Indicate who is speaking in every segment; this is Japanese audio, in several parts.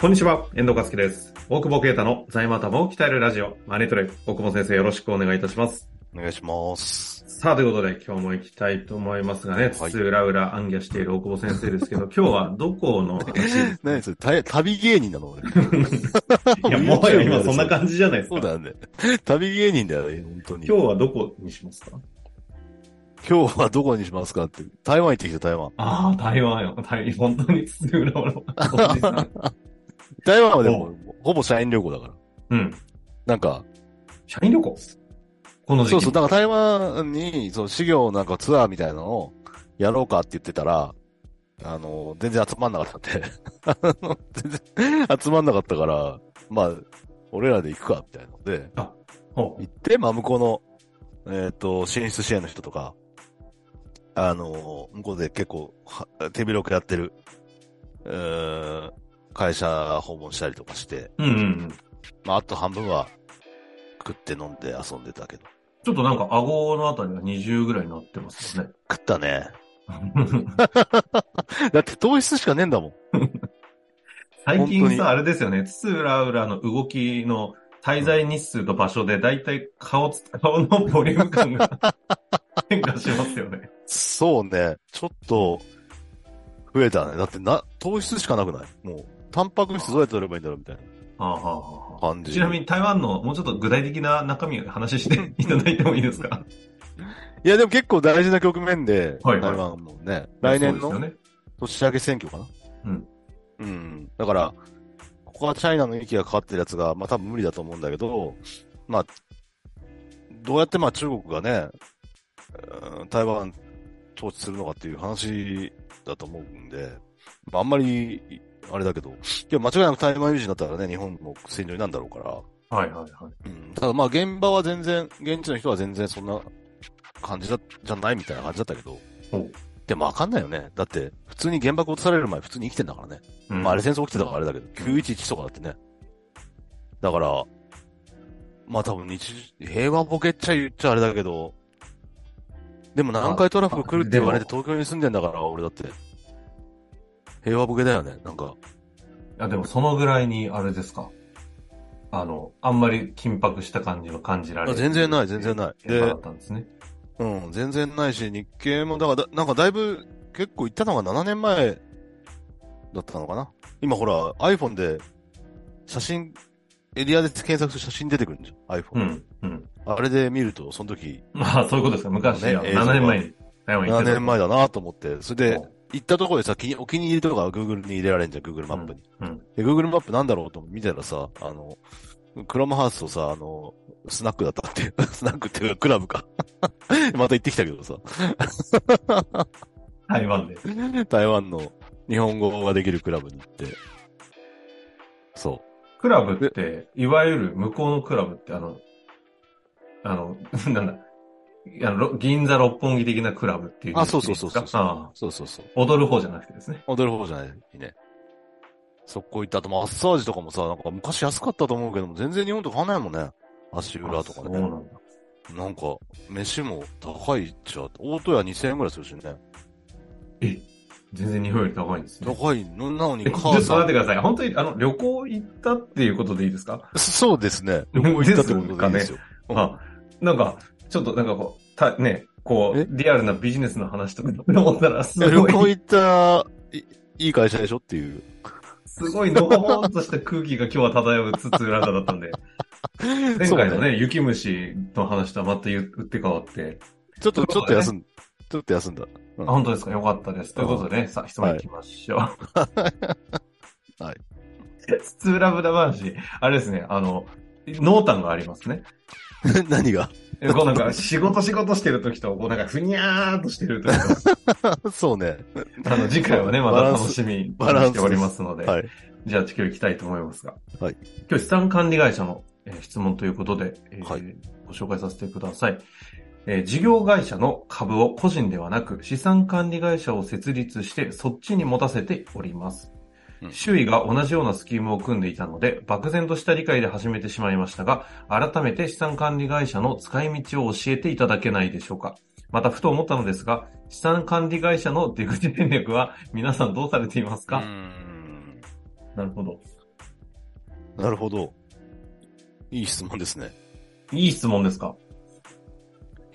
Speaker 1: こんにちは、遠藤和樹です。大久保啓太の財務頭を鍛えるラジオ、マネトレ。大久保先生よろしくお願いいたします。
Speaker 2: お願いします。
Speaker 1: さあ、ということで今日も行きたいと思いますがね、つつ裏裏暗記している大久保先生ですけ ど、今日はどこの話
Speaker 2: 何それた旅芸人なの俺。
Speaker 1: いや、もはや今そんな感じじゃないです
Speaker 2: そう
Speaker 1: か。
Speaker 2: だね。旅芸人だよね、本当に。
Speaker 1: 今日はどこにしますか
Speaker 2: 今日はどこにしますかって。台湾行ってきた、台湾。
Speaker 1: ああ、台湾よ。台本当につつ裏裏。おじさん
Speaker 2: 台湾はでも、ほぼ社員旅行だか
Speaker 1: う
Speaker 2: ら。
Speaker 1: ん。
Speaker 2: なんか、
Speaker 1: 社員旅行この時期。
Speaker 2: そうそう、なんか台湾に、その、資料なんかツアーみたいなのをやろうかって言ってたら、あの、全然集まんなかったんで。 あの、全然集まんなかったから、まあ、俺らで行くか、みたいなので、
Speaker 1: ほう
Speaker 2: 行って、まあ、向こうの、えっ、と、進出支援の人とか、あの、向こうで結構、は手広くやってる、うーん、会社訪問したりとかして、
Speaker 1: うんうんうん。
Speaker 2: まあ、あと半分は、食って飲んで遊んでたけど。
Speaker 1: ちょっとなんか顎のあたりが20ぐらいになってます よね。
Speaker 2: 食ったね。だって糖質しかねえんだもん。
Speaker 1: 最
Speaker 2: 本
Speaker 1: 近
Speaker 2: 当に
Speaker 1: さ、あれですよね、津浦浦の動きの滞在日数と場所で、だいたい顔 つ、顔のボリューム感が変化しますよね。
Speaker 2: そうね。ちょっと、増えたね。だってな、糖質しかなくないもう、タンパク質どうやって取ればいいんだろうみたい
Speaker 1: はあはあ
Speaker 2: な
Speaker 1: は
Speaker 2: 感
Speaker 1: あ
Speaker 2: じ。
Speaker 1: ちなみに台湾のもうちょっと具体的な中身を話していただいてもいいですか
Speaker 2: いや、でも結構大事な局面で、
Speaker 1: はいはい
Speaker 2: 台湾もね、 来年
Speaker 1: そう
Speaker 2: の
Speaker 1: ですよね。
Speaker 2: 年明け選挙かな。
Speaker 1: うん。
Speaker 2: うん。だから、ここはチャイナの息がかかってるやつが、まあ多分無理だと思うんだけど、まあ、どうやってまあ中国がね、うん台湾統治するのかっていう話だと思うんで、まああんまり、あれだけど、いや、間違いなく台湾有事になったらね、日本も戦場になるんだろうから、
Speaker 1: はいはいはい。
Speaker 2: うん、ただまあ現場は全然、現地の人は全然そんな感じだ、じゃないみたいな感じだったけど
Speaker 1: ほう。
Speaker 2: でもわかんないよね。だって、普通に原爆落とされる前普通に生きてんだからね。
Speaker 1: うん
Speaker 2: まああれ戦争起きてたからあれだけど、911とかだってね。だから、まあ多分日、平和ボケっちゃ言っちゃあれだけど、でも南海トラフ来るって言われて東京に住んでんだから、俺だって。平和ボケだよね、なんか。
Speaker 1: いや、でもそのぐらいに、あれですか。あの、あんまり緊迫した感じは感じられ
Speaker 2: あ全然ない全然ない
Speaker 1: 現場
Speaker 2: で
Speaker 1: だったんですね。
Speaker 2: うん、全然ないし、日経も、だからだ、なんかだいぶ、結構行ったのが7年前だったのかな。今ほら、iPhone で、写真、エリアで検索する写真出てくるんじゃん、iPhone。
Speaker 1: うん、うん。
Speaker 2: あれで見ると、その時、
Speaker 1: まあ、そういうことですか。昔、
Speaker 2: ね
Speaker 1: あの7年前に台湾行っ
Speaker 2: 7
Speaker 1: てた。
Speaker 2: 年前だなと思って、それで
Speaker 1: ほ、
Speaker 2: 行ったところでさ、きお気に入りとかは Google に入れられんじゃん、Google マップに。
Speaker 1: うん。
Speaker 2: で、Google マップなんだろうと見たらさ、あの、クロムハウスとさ、あの、スナックだったっていう、 スナックっていうかクラブか。 また行ってきたけどさ。
Speaker 1: 台湾で。
Speaker 2: 台湾の日本語ができるクラブに行って。そ
Speaker 1: クラブって、いわゆる向こうのクラブって、あの、あの、 なんだ、あのろ銀座六本木的なクラブっていう。
Speaker 2: あそうそうそうそう
Speaker 1: ああ
Speaker 2: う。そうそうそう。
Speaker 1: 踊る方じゃなくてですね。
Speaker 2: 踊る方じゃないね。そこ行った後、マッサージとかもさ、なんか昔安かったと思うけども、全然日本と変わんないもんね。足裏とか
Speaker 1: あそう
Speaker 2: ね。
Speaker 1: なんだ。
Speaker 2: なんか、飯も高いっちゃ、大戸屋2000円ぐらいするしね。
Speaker 1: え、全然日本より高いんですね。
Speaker 2: 高いのなのに
Speaker 1: えちょっ
Speaker 2: 母
Speaker 1: と
Speaker 2: さ
Speaker 1: 待って
Speaker 2: ん。
Speaker 1: ください。本当に、あの、旅行行ったっていうことでいいですか
Speaker 2: そうですね。旅行行ったってことでいいですよ。うん
Speaker 1: あ、なんか、ちょっとなんかこう、た、ね、こう
Speaker 2: え、
Speaker 1: リアルなビジネスの話とかと思ったら、す
Speaker 2: 旅
Speaker 1: ご
Speaker 2: 行
Speaker 1: い、
Speaker 2: 行った、いいい会社でしょっていう。
Speaker 1: すごいのほほんとした空気が今日は漂うつつららだったんで、前回のね、雪虫の話とはまた言う打って変わって、
Speaker 2: ちょっと、ちょっと休ん、ちょっと休んだ。
Speaker 1: あ本当ですかよかったです。ということでね、さあ、質問いきましょう。
Speaker 2: はい。
Speaker 1: 津浦村話、あれですね、あの、濃淡がありますね。
Speaker 2: 何が
Speaker 1: えこうなんか、仕事仕事してる時と、こうなんか、ふにゃーっとしてる時 と、
Speaker 2: そうね。
Speaker 1: あの、次回はね、また楽しみに
Speaker 2: バランス
Speaker 1: しておりますので、
Speaker 2: はい。
Speaker 1: じゃあ、今日行きたいと思いますが、
Speaker 2: はい
Speaker 1: 今日資産管理会社の、えー質問ということで、えー
Speaker 2: はい
Speaker 1: ご紹介させてください。えー事業会社の株を個人ではなく、資産管理会社を設立して、そっちに持たせております。
Speaker 2: うん
Speaker 1: 周囲が同じようなスキームを組んでいたので、漠然とした理解で始めてしまいましたが、改めて資産管理会社の使い道を教えていただけないでしょうか。また、ふと思ったのですが、資産管理会社の出口戦略は皆さんどうされていますか、
Speaker 2: うーん
Speaker 1: なるほど。
Speaker 2: なるほど。いい質問ですね。
Speaker 1: いい質問ですか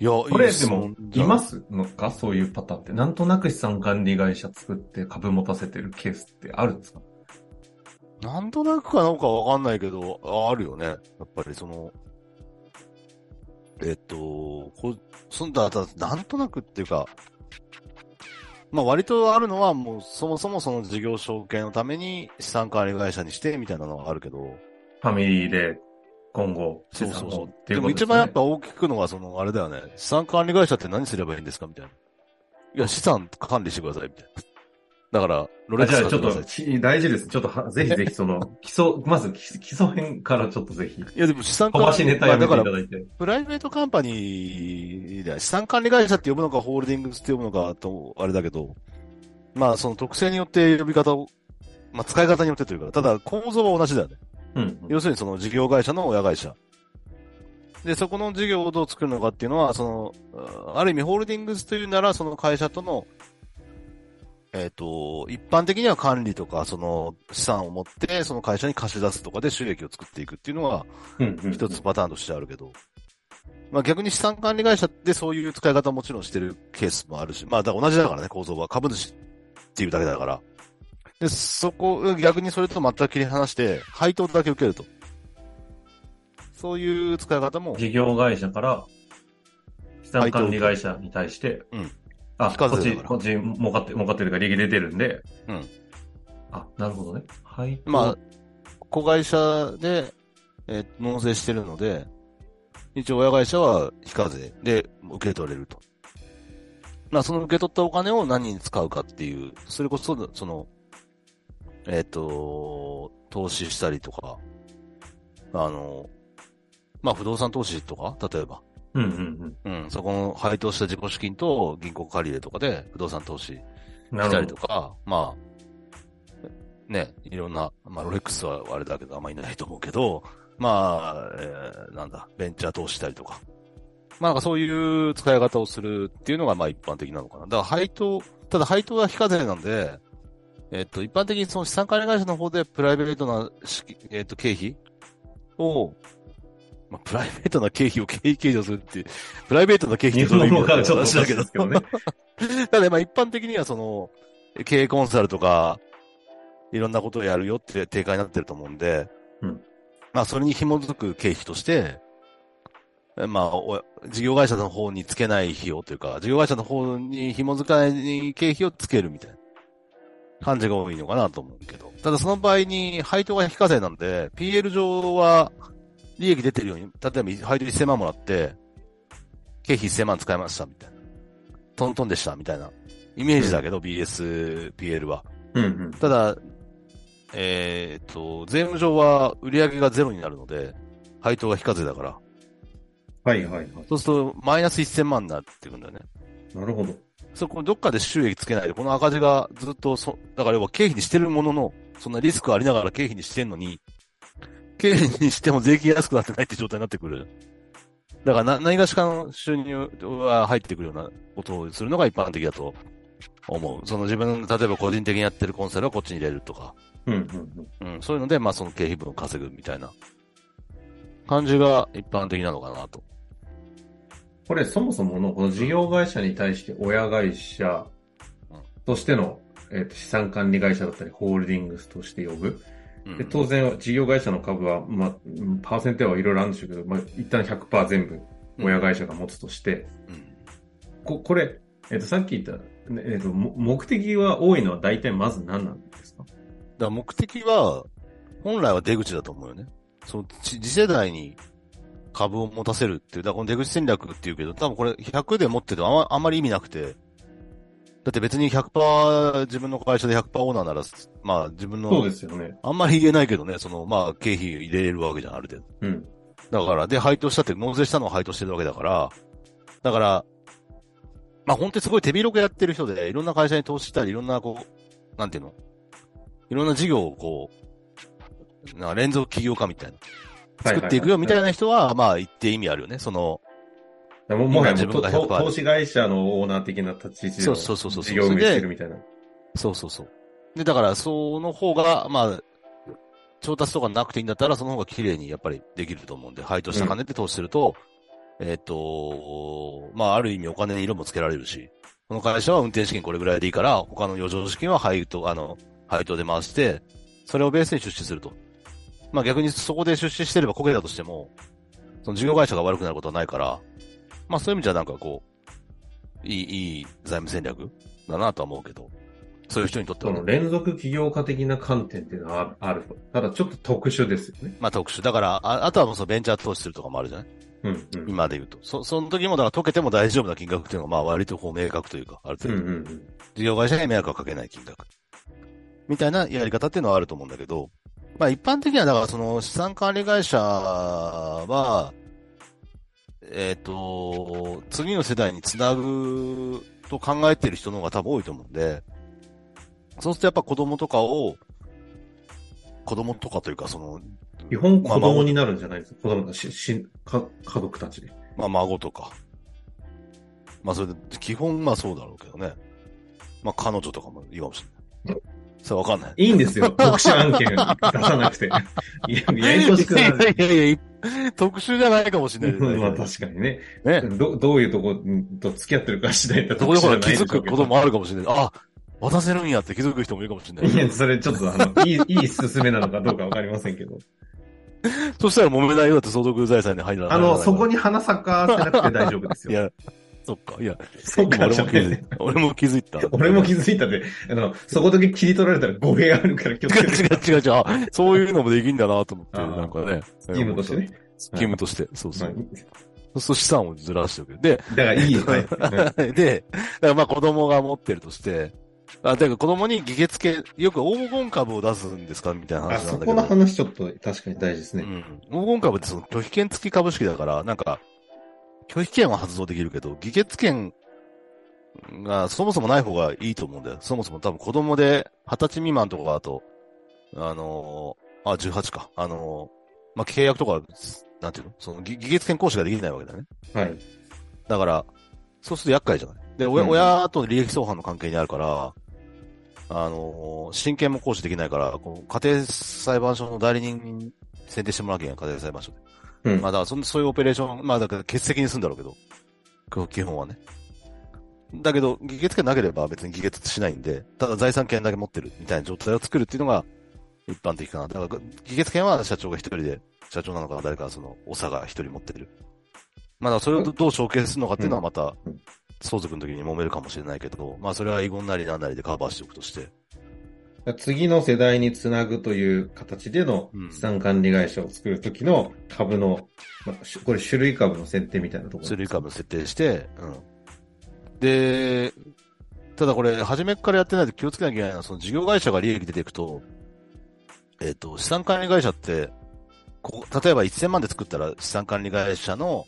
Speaker 2: いや、
Speaker 1: これ
Speaker 2: いい質
Speaker 1: でも
Speaker 2: 問、だ
Speaker 1: いますのかそういうパターンって。なんとなく資産管理会社作って株持たせてるケースってあるんですか
Speaker 2: なんとなくかなんかわかんないけど、ああるよね。やっぱりその、えっと、こそんだ、だなんとなくっていうか、まあ割とあるのはもうそもそもその事業承継のために資産管理会社にしてみたいなのはあるけど、
Speaker 1: ファミリーで今後、
Speaker 2: そ
Speaker 1: 資
Speaker 2: うそ
Speaker 1: 産
Speaker 2: う
Speaker 1: を
Speaker 2: そ
Speaker 1: っ
Speaker 2: う。
Speaker 1: てい
Speaker 2: で
Speaker 1: うことです、
Speaker 2: も
Speaker 1: ね、
Speaker 2: 一番やっぱ大きくのはそのあれだよね、資産管理会社って何すればいいんですかみたいな。いや、資産管理してください、みたいな。だから、ロレ
Speaker 1: あ
Speaker 2: ッ
Speaker 1: じ
Speaker 2: クス
Speaker 1: ゃあ
Speaker 2: 買
Speaker 1: ち
Speaker 2: て
Speaker 1: ょっ
Speaker 2: ください
Speaker 1: と、ち大事です。ちょっと は、ぜひぜひその、基礎、まず基基礎編からちょっとぜひ、
Speaker 2: いや、でも資産
Speaker 1: 飛ばしネタやめて
Speaker 2: まあ
Speaker 1: い
Speaker 2: だ
Speaker 1: た
Speaker 2: から、
Speaker 1: だいて。
Speaker 2: プライベートカンパニーで、資産管理会社って呼ぶのか、ホールディングスって呼ぶのか、と、あれだけど、まあ、その特性によって呼び方を、まあ、使い方によってというか、ただ構造は同じだよね。
Speaker 1: うん。
Speaker 2: 要するにその事業会社の親会社。で、そこの事業をどう作るのかっていうのは、その、あある意味ホールディングスというなら、その会社との、えっ、と、一般的には管理とか、その資産を持って、その会社に貸し出すとかで収益を作っていくっていうのは、
Speaker 1: うんうん
Speaker 2: 一つ。パターンとしてあるけど、まあ逆に資産管理会社ってそういう使い方もちろんしてるケースもあるし、まあだから同じだからね、構造は株主っていうだけだから。で、そこ、逆にそれと全く切り離して、配当だけ受けると。そういう使い方も、
Speaker 1: 事業会社から、資産管理会社に対して、
Speaker 2: うん
Speaker 1: あ、
Speaker 2: 非
Speaker 1: こ
Speaker 2: 課
Speaker 1: っ
Speaker 2: 税
Speaker 1: ち、
Speaker 2: だから
Speaker 1: こっち儲かって、儲かってるから利益出てるんで、
Speaker 2: うん
Speaker 1: あ、なるほどね。はい。
Speaker 2: まあ、子会社で、えー納税してるので、一応親会社は非課税で受け取れると。まあ、その受け取ったお金を何に使うかっていう、それこそ、その、えっ、と、投資したりとか、あの、まあ、不動産投資とか、例えば、
Speaker 1: うんうん
Speaker 2: うん、そこの配当した自己資金と銀行借り入れとかで不動産投資
Speaker 1: うん。な
Speaker 2: した
Speaker 1: る
Speaker 2: り
Speaker 1: ほ
Speaker 2: と
Speaker 1: ど。
Speaker 2: か、まあ、ね、いろんな、まあ、ロレックスはあれだけど、あんまりいないと思うけど、まあ、えーなんだ、ベンチャー投資したりとか。まあ、なんかそういう使い方をするっていうのが、まあ一般的なのかな。だから配当、ただ配当は非課税なんで、えっと、一般的にその資産管理会社の方でプライベートな資金、えっと、経費を、まあ、プライベートな経費を経費計上するっていう、プライベートな経費
Speaker 1: 日
Speaker 2: ってどういう
Speaker 1: 本
Speaker 2: 意味
Speaker 1: 語
Speaker 2: だ
Speaker 1: が
Speaker 2: っ
Speaker 1: ち
Speaker 2: て
Speaker 1: ょっと
Speaker 2: 話
Speaker 1: し
Speaker 2: だ
Speaker 1: い
Speaker 2: けど
Speaker 1: ですけ どね。
Speaker 2: ただまあ一般的にはその、経営コンサルとか、いろんなことをやるよって定価になってると思うんで、
Speaker 1: うん
Speaker 2: まあそれに紐づく経費として、えまあ、お事業会社の方につけない費用というか、事業会社の方に紐づかない経費をつけるみたいな感じが多いのかなと思うけど。ただその場合に配当が非課税なんで、PL 上は利益出てるように、例えば配当1000万もらって、経費1000万使いましたみたいな。トントンでしたみたいなイメージだけど、BS、PL は。
Speaker 1: うんうん。
Speaker 2: ただ、えーっと、税務上は売上がゼロになるので、配当が非課税だから。
Speaker 1: はいはいは
Speaker 2: そうすると、マイナス1000万になってくるんだよね。
Speaker 1: い。なるほど。
Speaker 2: そこ、どっかで収益つけないで、この赤字がずっと、そ、だから要は経費にしてるものの、そんなリスクありながら経費にしてんのに、経費にしても税金安くなってないって状態になってくる。だからな、何がしかの収入は入ってくるようなことをするのが一般的だと思う。その自分、例えば個人的にやってるコンサルはこっちに入れるとか。
Speaker 1: うんうん
Speaker 2: うん、そういうので、まあその経費分を稼ぐみたいな感じが一般的なのかなと。
Speaker 1: これそもそものこの事業会社に対して親会社としての、えーと資産管理会社だったりホールディングスとして呼ぶ。
Speaker 2: うん
Speaker 1: で当然事業会社の株は、まあ、うんパーセンテはいろいろあるんでしょうけど、まあ、一旦100%全部親会社が持つとして、
Speaker 2: うん
Speaker 1: ここれ、えーとさっき言った、ねえーとも目的は多いのは大体まず何なんですか
Speaker 2: だから目的は、本来は出口だと思うよね。その、ち次世代に株を持たせるっていう、だからこの出口戦略っていうけど、多分これ100で持っててもあまあんまり意味なくて、だって別に100%自分の会社で100%オーナーなら、まあ自分
Speaker 1: そう
Speaker 2: の
Speaker 1: で、すよね。
Speaker 2: あんまり言えないけどね、その、まあ経費入れれるわけじゃん、ある程
Speaker 1: う
Speaker 2: 度。
Speaker 1: ん。
Speaker 2: だから、で、配当したって、納税したのを配当してるわけだから、だから、まあ本当にすごい手広くやってる人で、いろんな会社に投資したり、いろんなこう、なんていうのいろんな事業をこう、なんか連続起業家みたいな。作っていくよみたい
Speaker 1: な。
Speaker 2: な人は、まあ一定意味あるよね。その、
Speaker 1: だからももはやも
Speaker 2: 今自
Speaker 1: うと
Speaker 2: 分が100%
Speaker 1: と投資会社のオーナー的な立ち位置で
Speaker 2: そ
Speaker 1: の
Speaker 2: うそうそうそう
Speaker 1: 事業運営してるみたいな。
Speaker 2: そうそうそう。で、だから、その方が、まあ、調達とかなくていいんだったら、その方が綺麗にやっぱりできると思うんで、配当した金で投資すると、えっ、と、まあ、ある意味お金に色もつけられるし、この会社は運転資金これぐらいでいいから、他の余剰資金は配当、あの、配当で回して、それをベースに出資すると。まあ逆にそこで出資してれば焦げたとしても、その事業会社が悪くなることはないから、まあそういう意味じゃなんかこう、いい、いい財務戦略だなとは思うけど、そういう人にとって
Speaker 1: そ
Speaker 2: は、
Speaker 1: の連続起業家的な観点っていうのはああると。ただちょっと特殊ですよね。
Speaker 2: まあ特殊。だから、ああとはもうそのベンチャー投資するとかもあるじゃない
Speaker 1: うんうん。
Speaker 2: 今で言うと。そ、その時もだから溶けても大丈夫な金額っていうのがまあ割とこう明確というか、ある
Speaker 1: う
Speaker 2: 程
Speaker 1: ん
Speaker 2: 度
Speaker 1: うんうん。
Speaker 2: 事業会社に迷惑をかけない金額。みたいなやり方っていうのはあると思うんだけど、まあ一般的にはだからその資産管理会社は、えっ、と、次の世代につなぐと考えてる人の方が多分多いと思うんで、そうするとやっぱ子供とかを、子供とかというかその、
Speaker 1: 基本子供になるんじゃないですか。子供たち、し、か、家族たちで。
Speaker 2: まあ孫とか。まあそれで、基本まあそうだろうけどね。まあ彼女とかもいいかもしれない。それわかんない。
Speaker 1: いいんです よ。特殊案件出さなくて。いや、ややこしくなる。
Speaker 2: いやいやいや、特殊じゃないかもしれない ですね。
Speaker 1: まあ確かにね。
Speaker 2: ね。
Speaker 1: ど、どういうとこんと付き合ってるか次第だと
Speaker 2: そこでほら
Speaker 1: 特
Speaker 2: 気
Speaker 1: 殊じ
Speaker 2: づ
Speaker 1: ゃないでしょ
Speaker 2: く
Speaker 1: うけ
Speaker 2: こ
Speaker 1: ど
Speaker 2: ともあるかもしれない。あ、渡せるんやって気づく人もいるかもしれないい。
Speaker 1: や、それちょっとあの、いい、いい勧めなのかどうかわかりません けど。
Speaker 2: そしたら揉めないようだって相続財産に入らない。
Speaker 1: あの、そこ
Speaker 2: に。
Speaker 1: に花咲かせなくて大丈夫です
Speaker 2: い
Speaker 1: よ。
Speaker 2: や、そっか。いや、
Speaker 1: そうか、
Speaker 2: 俺も気づいた。俺も気づいた。
Speaker 1: 俺も気づいたで、あの、そこだけ切り取られたら語弊あるから気をつ けて。
Speaker 2: 違う違う違う違う。あそういうのもできんだなと思って、
Speaker 1: あー
Speaker 2: なんかね。
Speaker 1: チームとしてね。
Speaker 2: スキムとして。そうそ
Speaker 1: ま
Speaker 2: う。
Speaker 1: あ
Speaker 2: そうすると資産をずらしておける。で、
Speaker 1: だからい いよね。
Speaker 2: で、だからまあ子供が持ってるとして、あ、だから子供に議決権、よく黄金株を出すんですかみたいな
Speaker 1: あ、
Speaker 2: 話な
Speaker 1: そ
Speaker 2: んだ
Speaker 1: こ
Speaker 2: け
Speaker 1: の
Speaker 2: ど。
Speaker 1: 話ちょっと確かに大事です
Speaker 2: う
Speaker 1: ね。
Speaker 2: ん、黄金株ってその拒否権付き株式だから、なんか、拒否権は発動できるけど、議決権がそもそもない方がいいと思うんだよ。そもそも多分子供で二十歳未満とかだと、あのーあ、18か。あのーまあ、契約とか、なんていうのその議議決権行使ができないわけだね。
Speaker 1: はい。
Speaker 2: だから、そうすると厄介じゃない。で、親,、
Speaker 1: うん
Speaker 2: 親と利益相反の関係にあるから、あのー、親権も行使できないから、こう家庭裁判所の代理人に選定してもらうけんや、家庭裁判所で。
Speaker 1: うん
Speaker 2: まあ、だからそん、そういうオペレーション、まあ、だから欠席にするんだろうけど、こう基本はね。だけど、議決権なければ別に議決しないんで、ただ財産権だけ持ってるみたいな状態を作るっていうのが一般的かな。だから、議決権は社長が一人で、社長なのか誰かその、長が一人持ってる。まあ、だからそれをどう承継するのかっていうのはまた
Speaker 1: うん、
Speaker 2: 相続の時に揉めるかもしれないけど、まあ、それは遺言なりなんなりでカバーしておくとして。
Speaker 1: 次の世代につなぐという形での
Speaker 2: うん
Speaker 1: 資産管理会社を作るときの株の、まあ、しこれ種類株の選定みたいなところ。
Speaker 2: 種類株設定して、うん。で、ただこれ、初めからやってないと気をつけなきゃいけないのは、その事業会社が利益出ていくと、えっ、と、資産管理会社って、ここ、例えば1000万で作ったら資産管理会社の、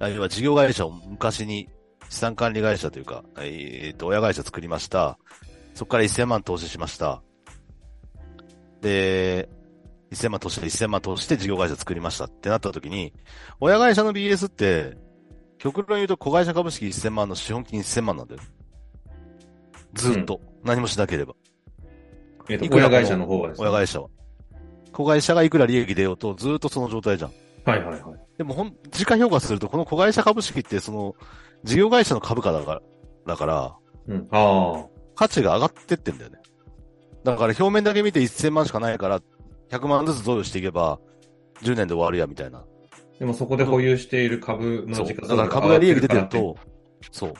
Speaker 2: あ要は事業会社を昔に資産管理会社というか、えっ、と、親会社作りました。そこから1000万投資しました。で、1000万投資して、1000万投資して事業会社作りましたってなった時に、親会社の BS って、極論言うと子会社株式1000万の資本金1000万なんだよ。ずっと。何もしなければ。
Speaker 1: えっと
Speaker 2: いくら
Speaker 1: 親
Speaker 2: かの
Speaker 1: 会社の方はですね。
Speaker 2: 親会社は。子会社がいくら利益出ようと、ずっとその状態じゃん。
Speaker 1: はいはいはい。
Speaker 2: でもほん、時価評価すると、この子会社株式って、その、事業会社の株価だから、だから、
Speaker 1: うん。あ
Speaker 2: 価値が上がってってんだよね。だから表面だけ見て1000万しかないから、100万ずつ贈与していけば、10年で終わるや、みたいな。
Speaker 1: あ。でもそこで保有している株の
Speaker 2: そう。
Speaker 1: 時価
Speaker 2: だ
Speaker 1: 総額
Speaker 2: から
Speaker 1: が
Speaker 2: 株が利益出てる
Speaker 1: 上がっ
Speaker 2: と、そう。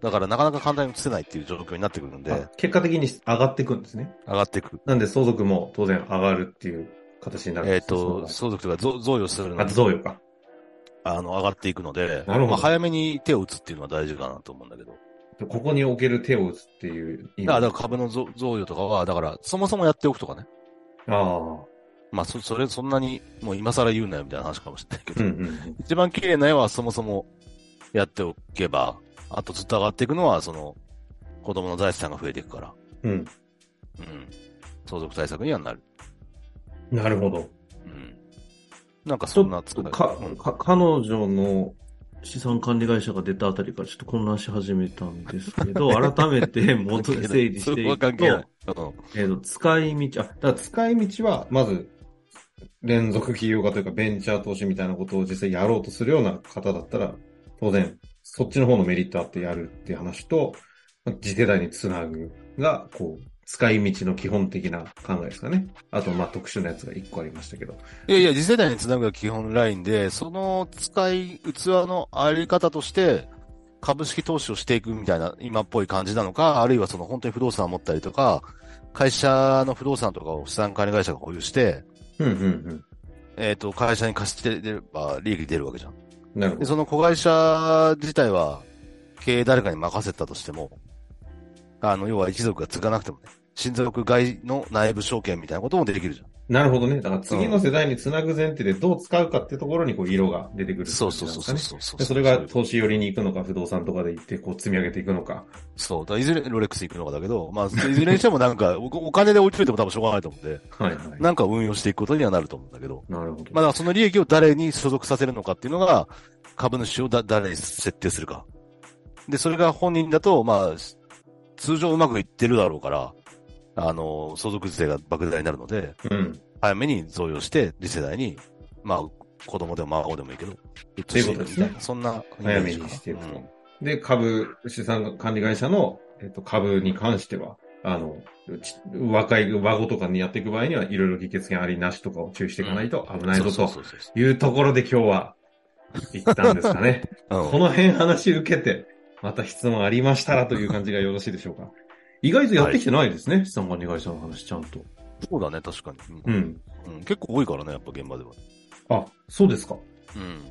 Speaker 2: だからなかなか簡単に移せないっていう状況になってくるん
Speaker 1: てるからっ
Speaker 2: で
Speaker 1: て、あ結果的に上がっていくんですね。
Speaker 2: 上がっていく。
Speaker 1: なんで相続も当然上がるっていう形になるん
Speaker 2: え
Speaker 1: で
Speaker 2: っ、
Speaker 1: すね。
Speaker 2: と、相続とか贈贈与する
Speaker 1: あと
Speaker 2: のに、
Speaker 1: 贈与か。
Speaker 2: あの、上がっていくので、
Speaker 1: なるほど
Speaker 2: まあ、早めに手を打つっていうのは大事かなと思うんだけど。
Speaker 1: ここに置ける手を打つっていう意味。
Speaker 2: だからだから株の贈贈与とかは、だから、そもそもやっておくとかね。
Speaker 1: ああ。
Speaker 2: まあ、そ、それ、そんなに、もう今更言うなよみたいな話かもしれないけ
Speaker 1: う
Speaker 2: ど。
Speaker 1: んうんうん。
Speaker 2: 一番綺麗な絵はそもそもやっておけば、あとずっと上がっていくのは、その、子供の財産が増えていくから、
Speaker 1: うん。
Speaker 2: うん。相続対策にはなる。
Speaker 1: なるほど。
Speaker 2: うん。なんかそんな作り
Speaker 1: か
Speaker 2: うん、
Speaker 1: か、彼女の資産管理会社が出たあたりからちょっと混乱し始めたんですけ ど、改めて元で整理して
Speaker 2: そ
Speaker 1: い
Speaker 2: こは
Speaker 1: く
Speaker 2: 関係ない
Speaker 1: と、。
Speaker 2: うん
Speaker 1: えーと、使い道、あ、だから使い道は、まず、連続企業家というかベンチャー投資みたいなことを実際やろうとするような方だったら、当然、そっちの方のメリットあってやるっていう話と、まあ次世代につなぐが、こう、使い道の基本的な考えですかね。あと、まあ、特殊なやつが一個ありましたけど。
Speaker 2: いやいや、次世代につなぐが基本ラインで、その使い、器のあり方として、株式投資をしていくみたいな、今っぽい感じなのか、あるいはその本当に不動産を持ったりとか、会社の不動産とかを資産管理会社が保有して、
Speaker 1: うんうん
Speaker 2: えっ、と、会社に貸してれば利益出るわけじゃん。
Speaker 1: うん。なるほ
Speaker 2: で、
Speaker 1: ど。
Speaker 2: その子会社自体は、経営誰かに任せたとしても、あの、要は一族が継がなくてもね、親族外の内部証券みたいなこともできるじゃん。
Speaker 1: なるほどね。だから次の世代につなぐ前提でどう使うかっていうところにこう色が出てくる、
Speaker 2: そうそうそうそう
Speaker 1: ね。
Speaker 2: そうそう
Speaker 1: でそれが投資寄りに行くのか、不動産とかで行ってこう積み上げていくのか。
Speaker 2: そう。だからいずれロレックス行くのかだけど、まあ、いずれにしてもなんか、おお金で置いといても多分しょうがないと思うんで、
Speaker 1: はいはい。
Speaker 2: なんか運用していくことにはなると思うんだけど、
Speaker 1: なるほど。
Speaker 2: まあ、だからその利益を誰に所属させるのかっていうのが、株主をだ誰に設定するか。で、それが本人だと、まあ、通常うまくいってるだろうから、あの、相続税が莫大になるので、
Speaker 1: うん。
Speaker 2: 早めに増用して、次世代に、まあ、子供でも孫でもいいけど、移
Speaker 1: ということですね
Speaker 2: していくみたいなそんなイメ
Speaker 1: 早
Speaker 2: ー
Speaker 1: め
Speaker 2: ジかな
Speaker 1: にしていく
Speaker 2: う
Speaker 1: と
Speaker 2: ん。
Speaker 1: で、株、資産管理会社の、えっと、株に関しては、あの、ち若い孫とかにやっていく場合には、いろいろ議決権ありなしとかを注意していかないと危ないぞ
Speaker 2: そう
Speaker 1: と
Speaker 2: そうそうそ
Speaker 1: いうところで今日は言ったんですかね。
Speaker 2: ううん
Speaker 1: この辺話受けて、また質問ありましたらという感じがよろしいでしょうか。 意外とやってきてないですね、資産管理会社の話ちゃんと。
Speaker 2: そうだね、確かに。
Speaker 1: う
Speaker 2: うん
Speaker 1: ん。
Speaker 2: うん結構多いからね、やっぱ現場では。
Speaker 1: あ、そうですか。
Speaker 2: うん。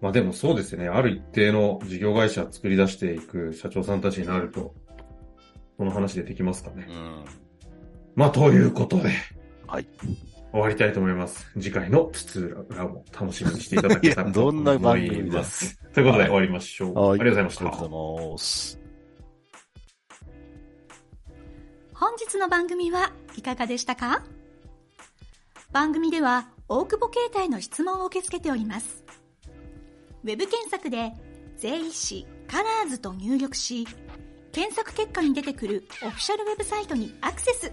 Speaker 1: まあでもそうですよね。ある一定の事業会社作り出していく社長さんたちになると、この話出てきますかね。
Speaker 2: うん。
Speaker 1: まあということで、
Speaker 2: はい。
Speaker 1: 終わりたいと思います。次回の普通ラも楽しみにしていただけたら
Speaker 2: いや
Speaker 1: と
Speaker 2: ど
Speaker 1: 思
Speaker 2: んない番組だ
Speaker 1: ます。ということで終わりましょう。ありがとうございました。
Speaker 2: ありがとうございます。
Speaker 3: 本日の番組はいかがでしたか番組では大久保携帯の質問を受け付けております。ウェブ検索で税理士カラーズと入力し、検索結果に出てくるオフィシャルウェブサイトにアクセス。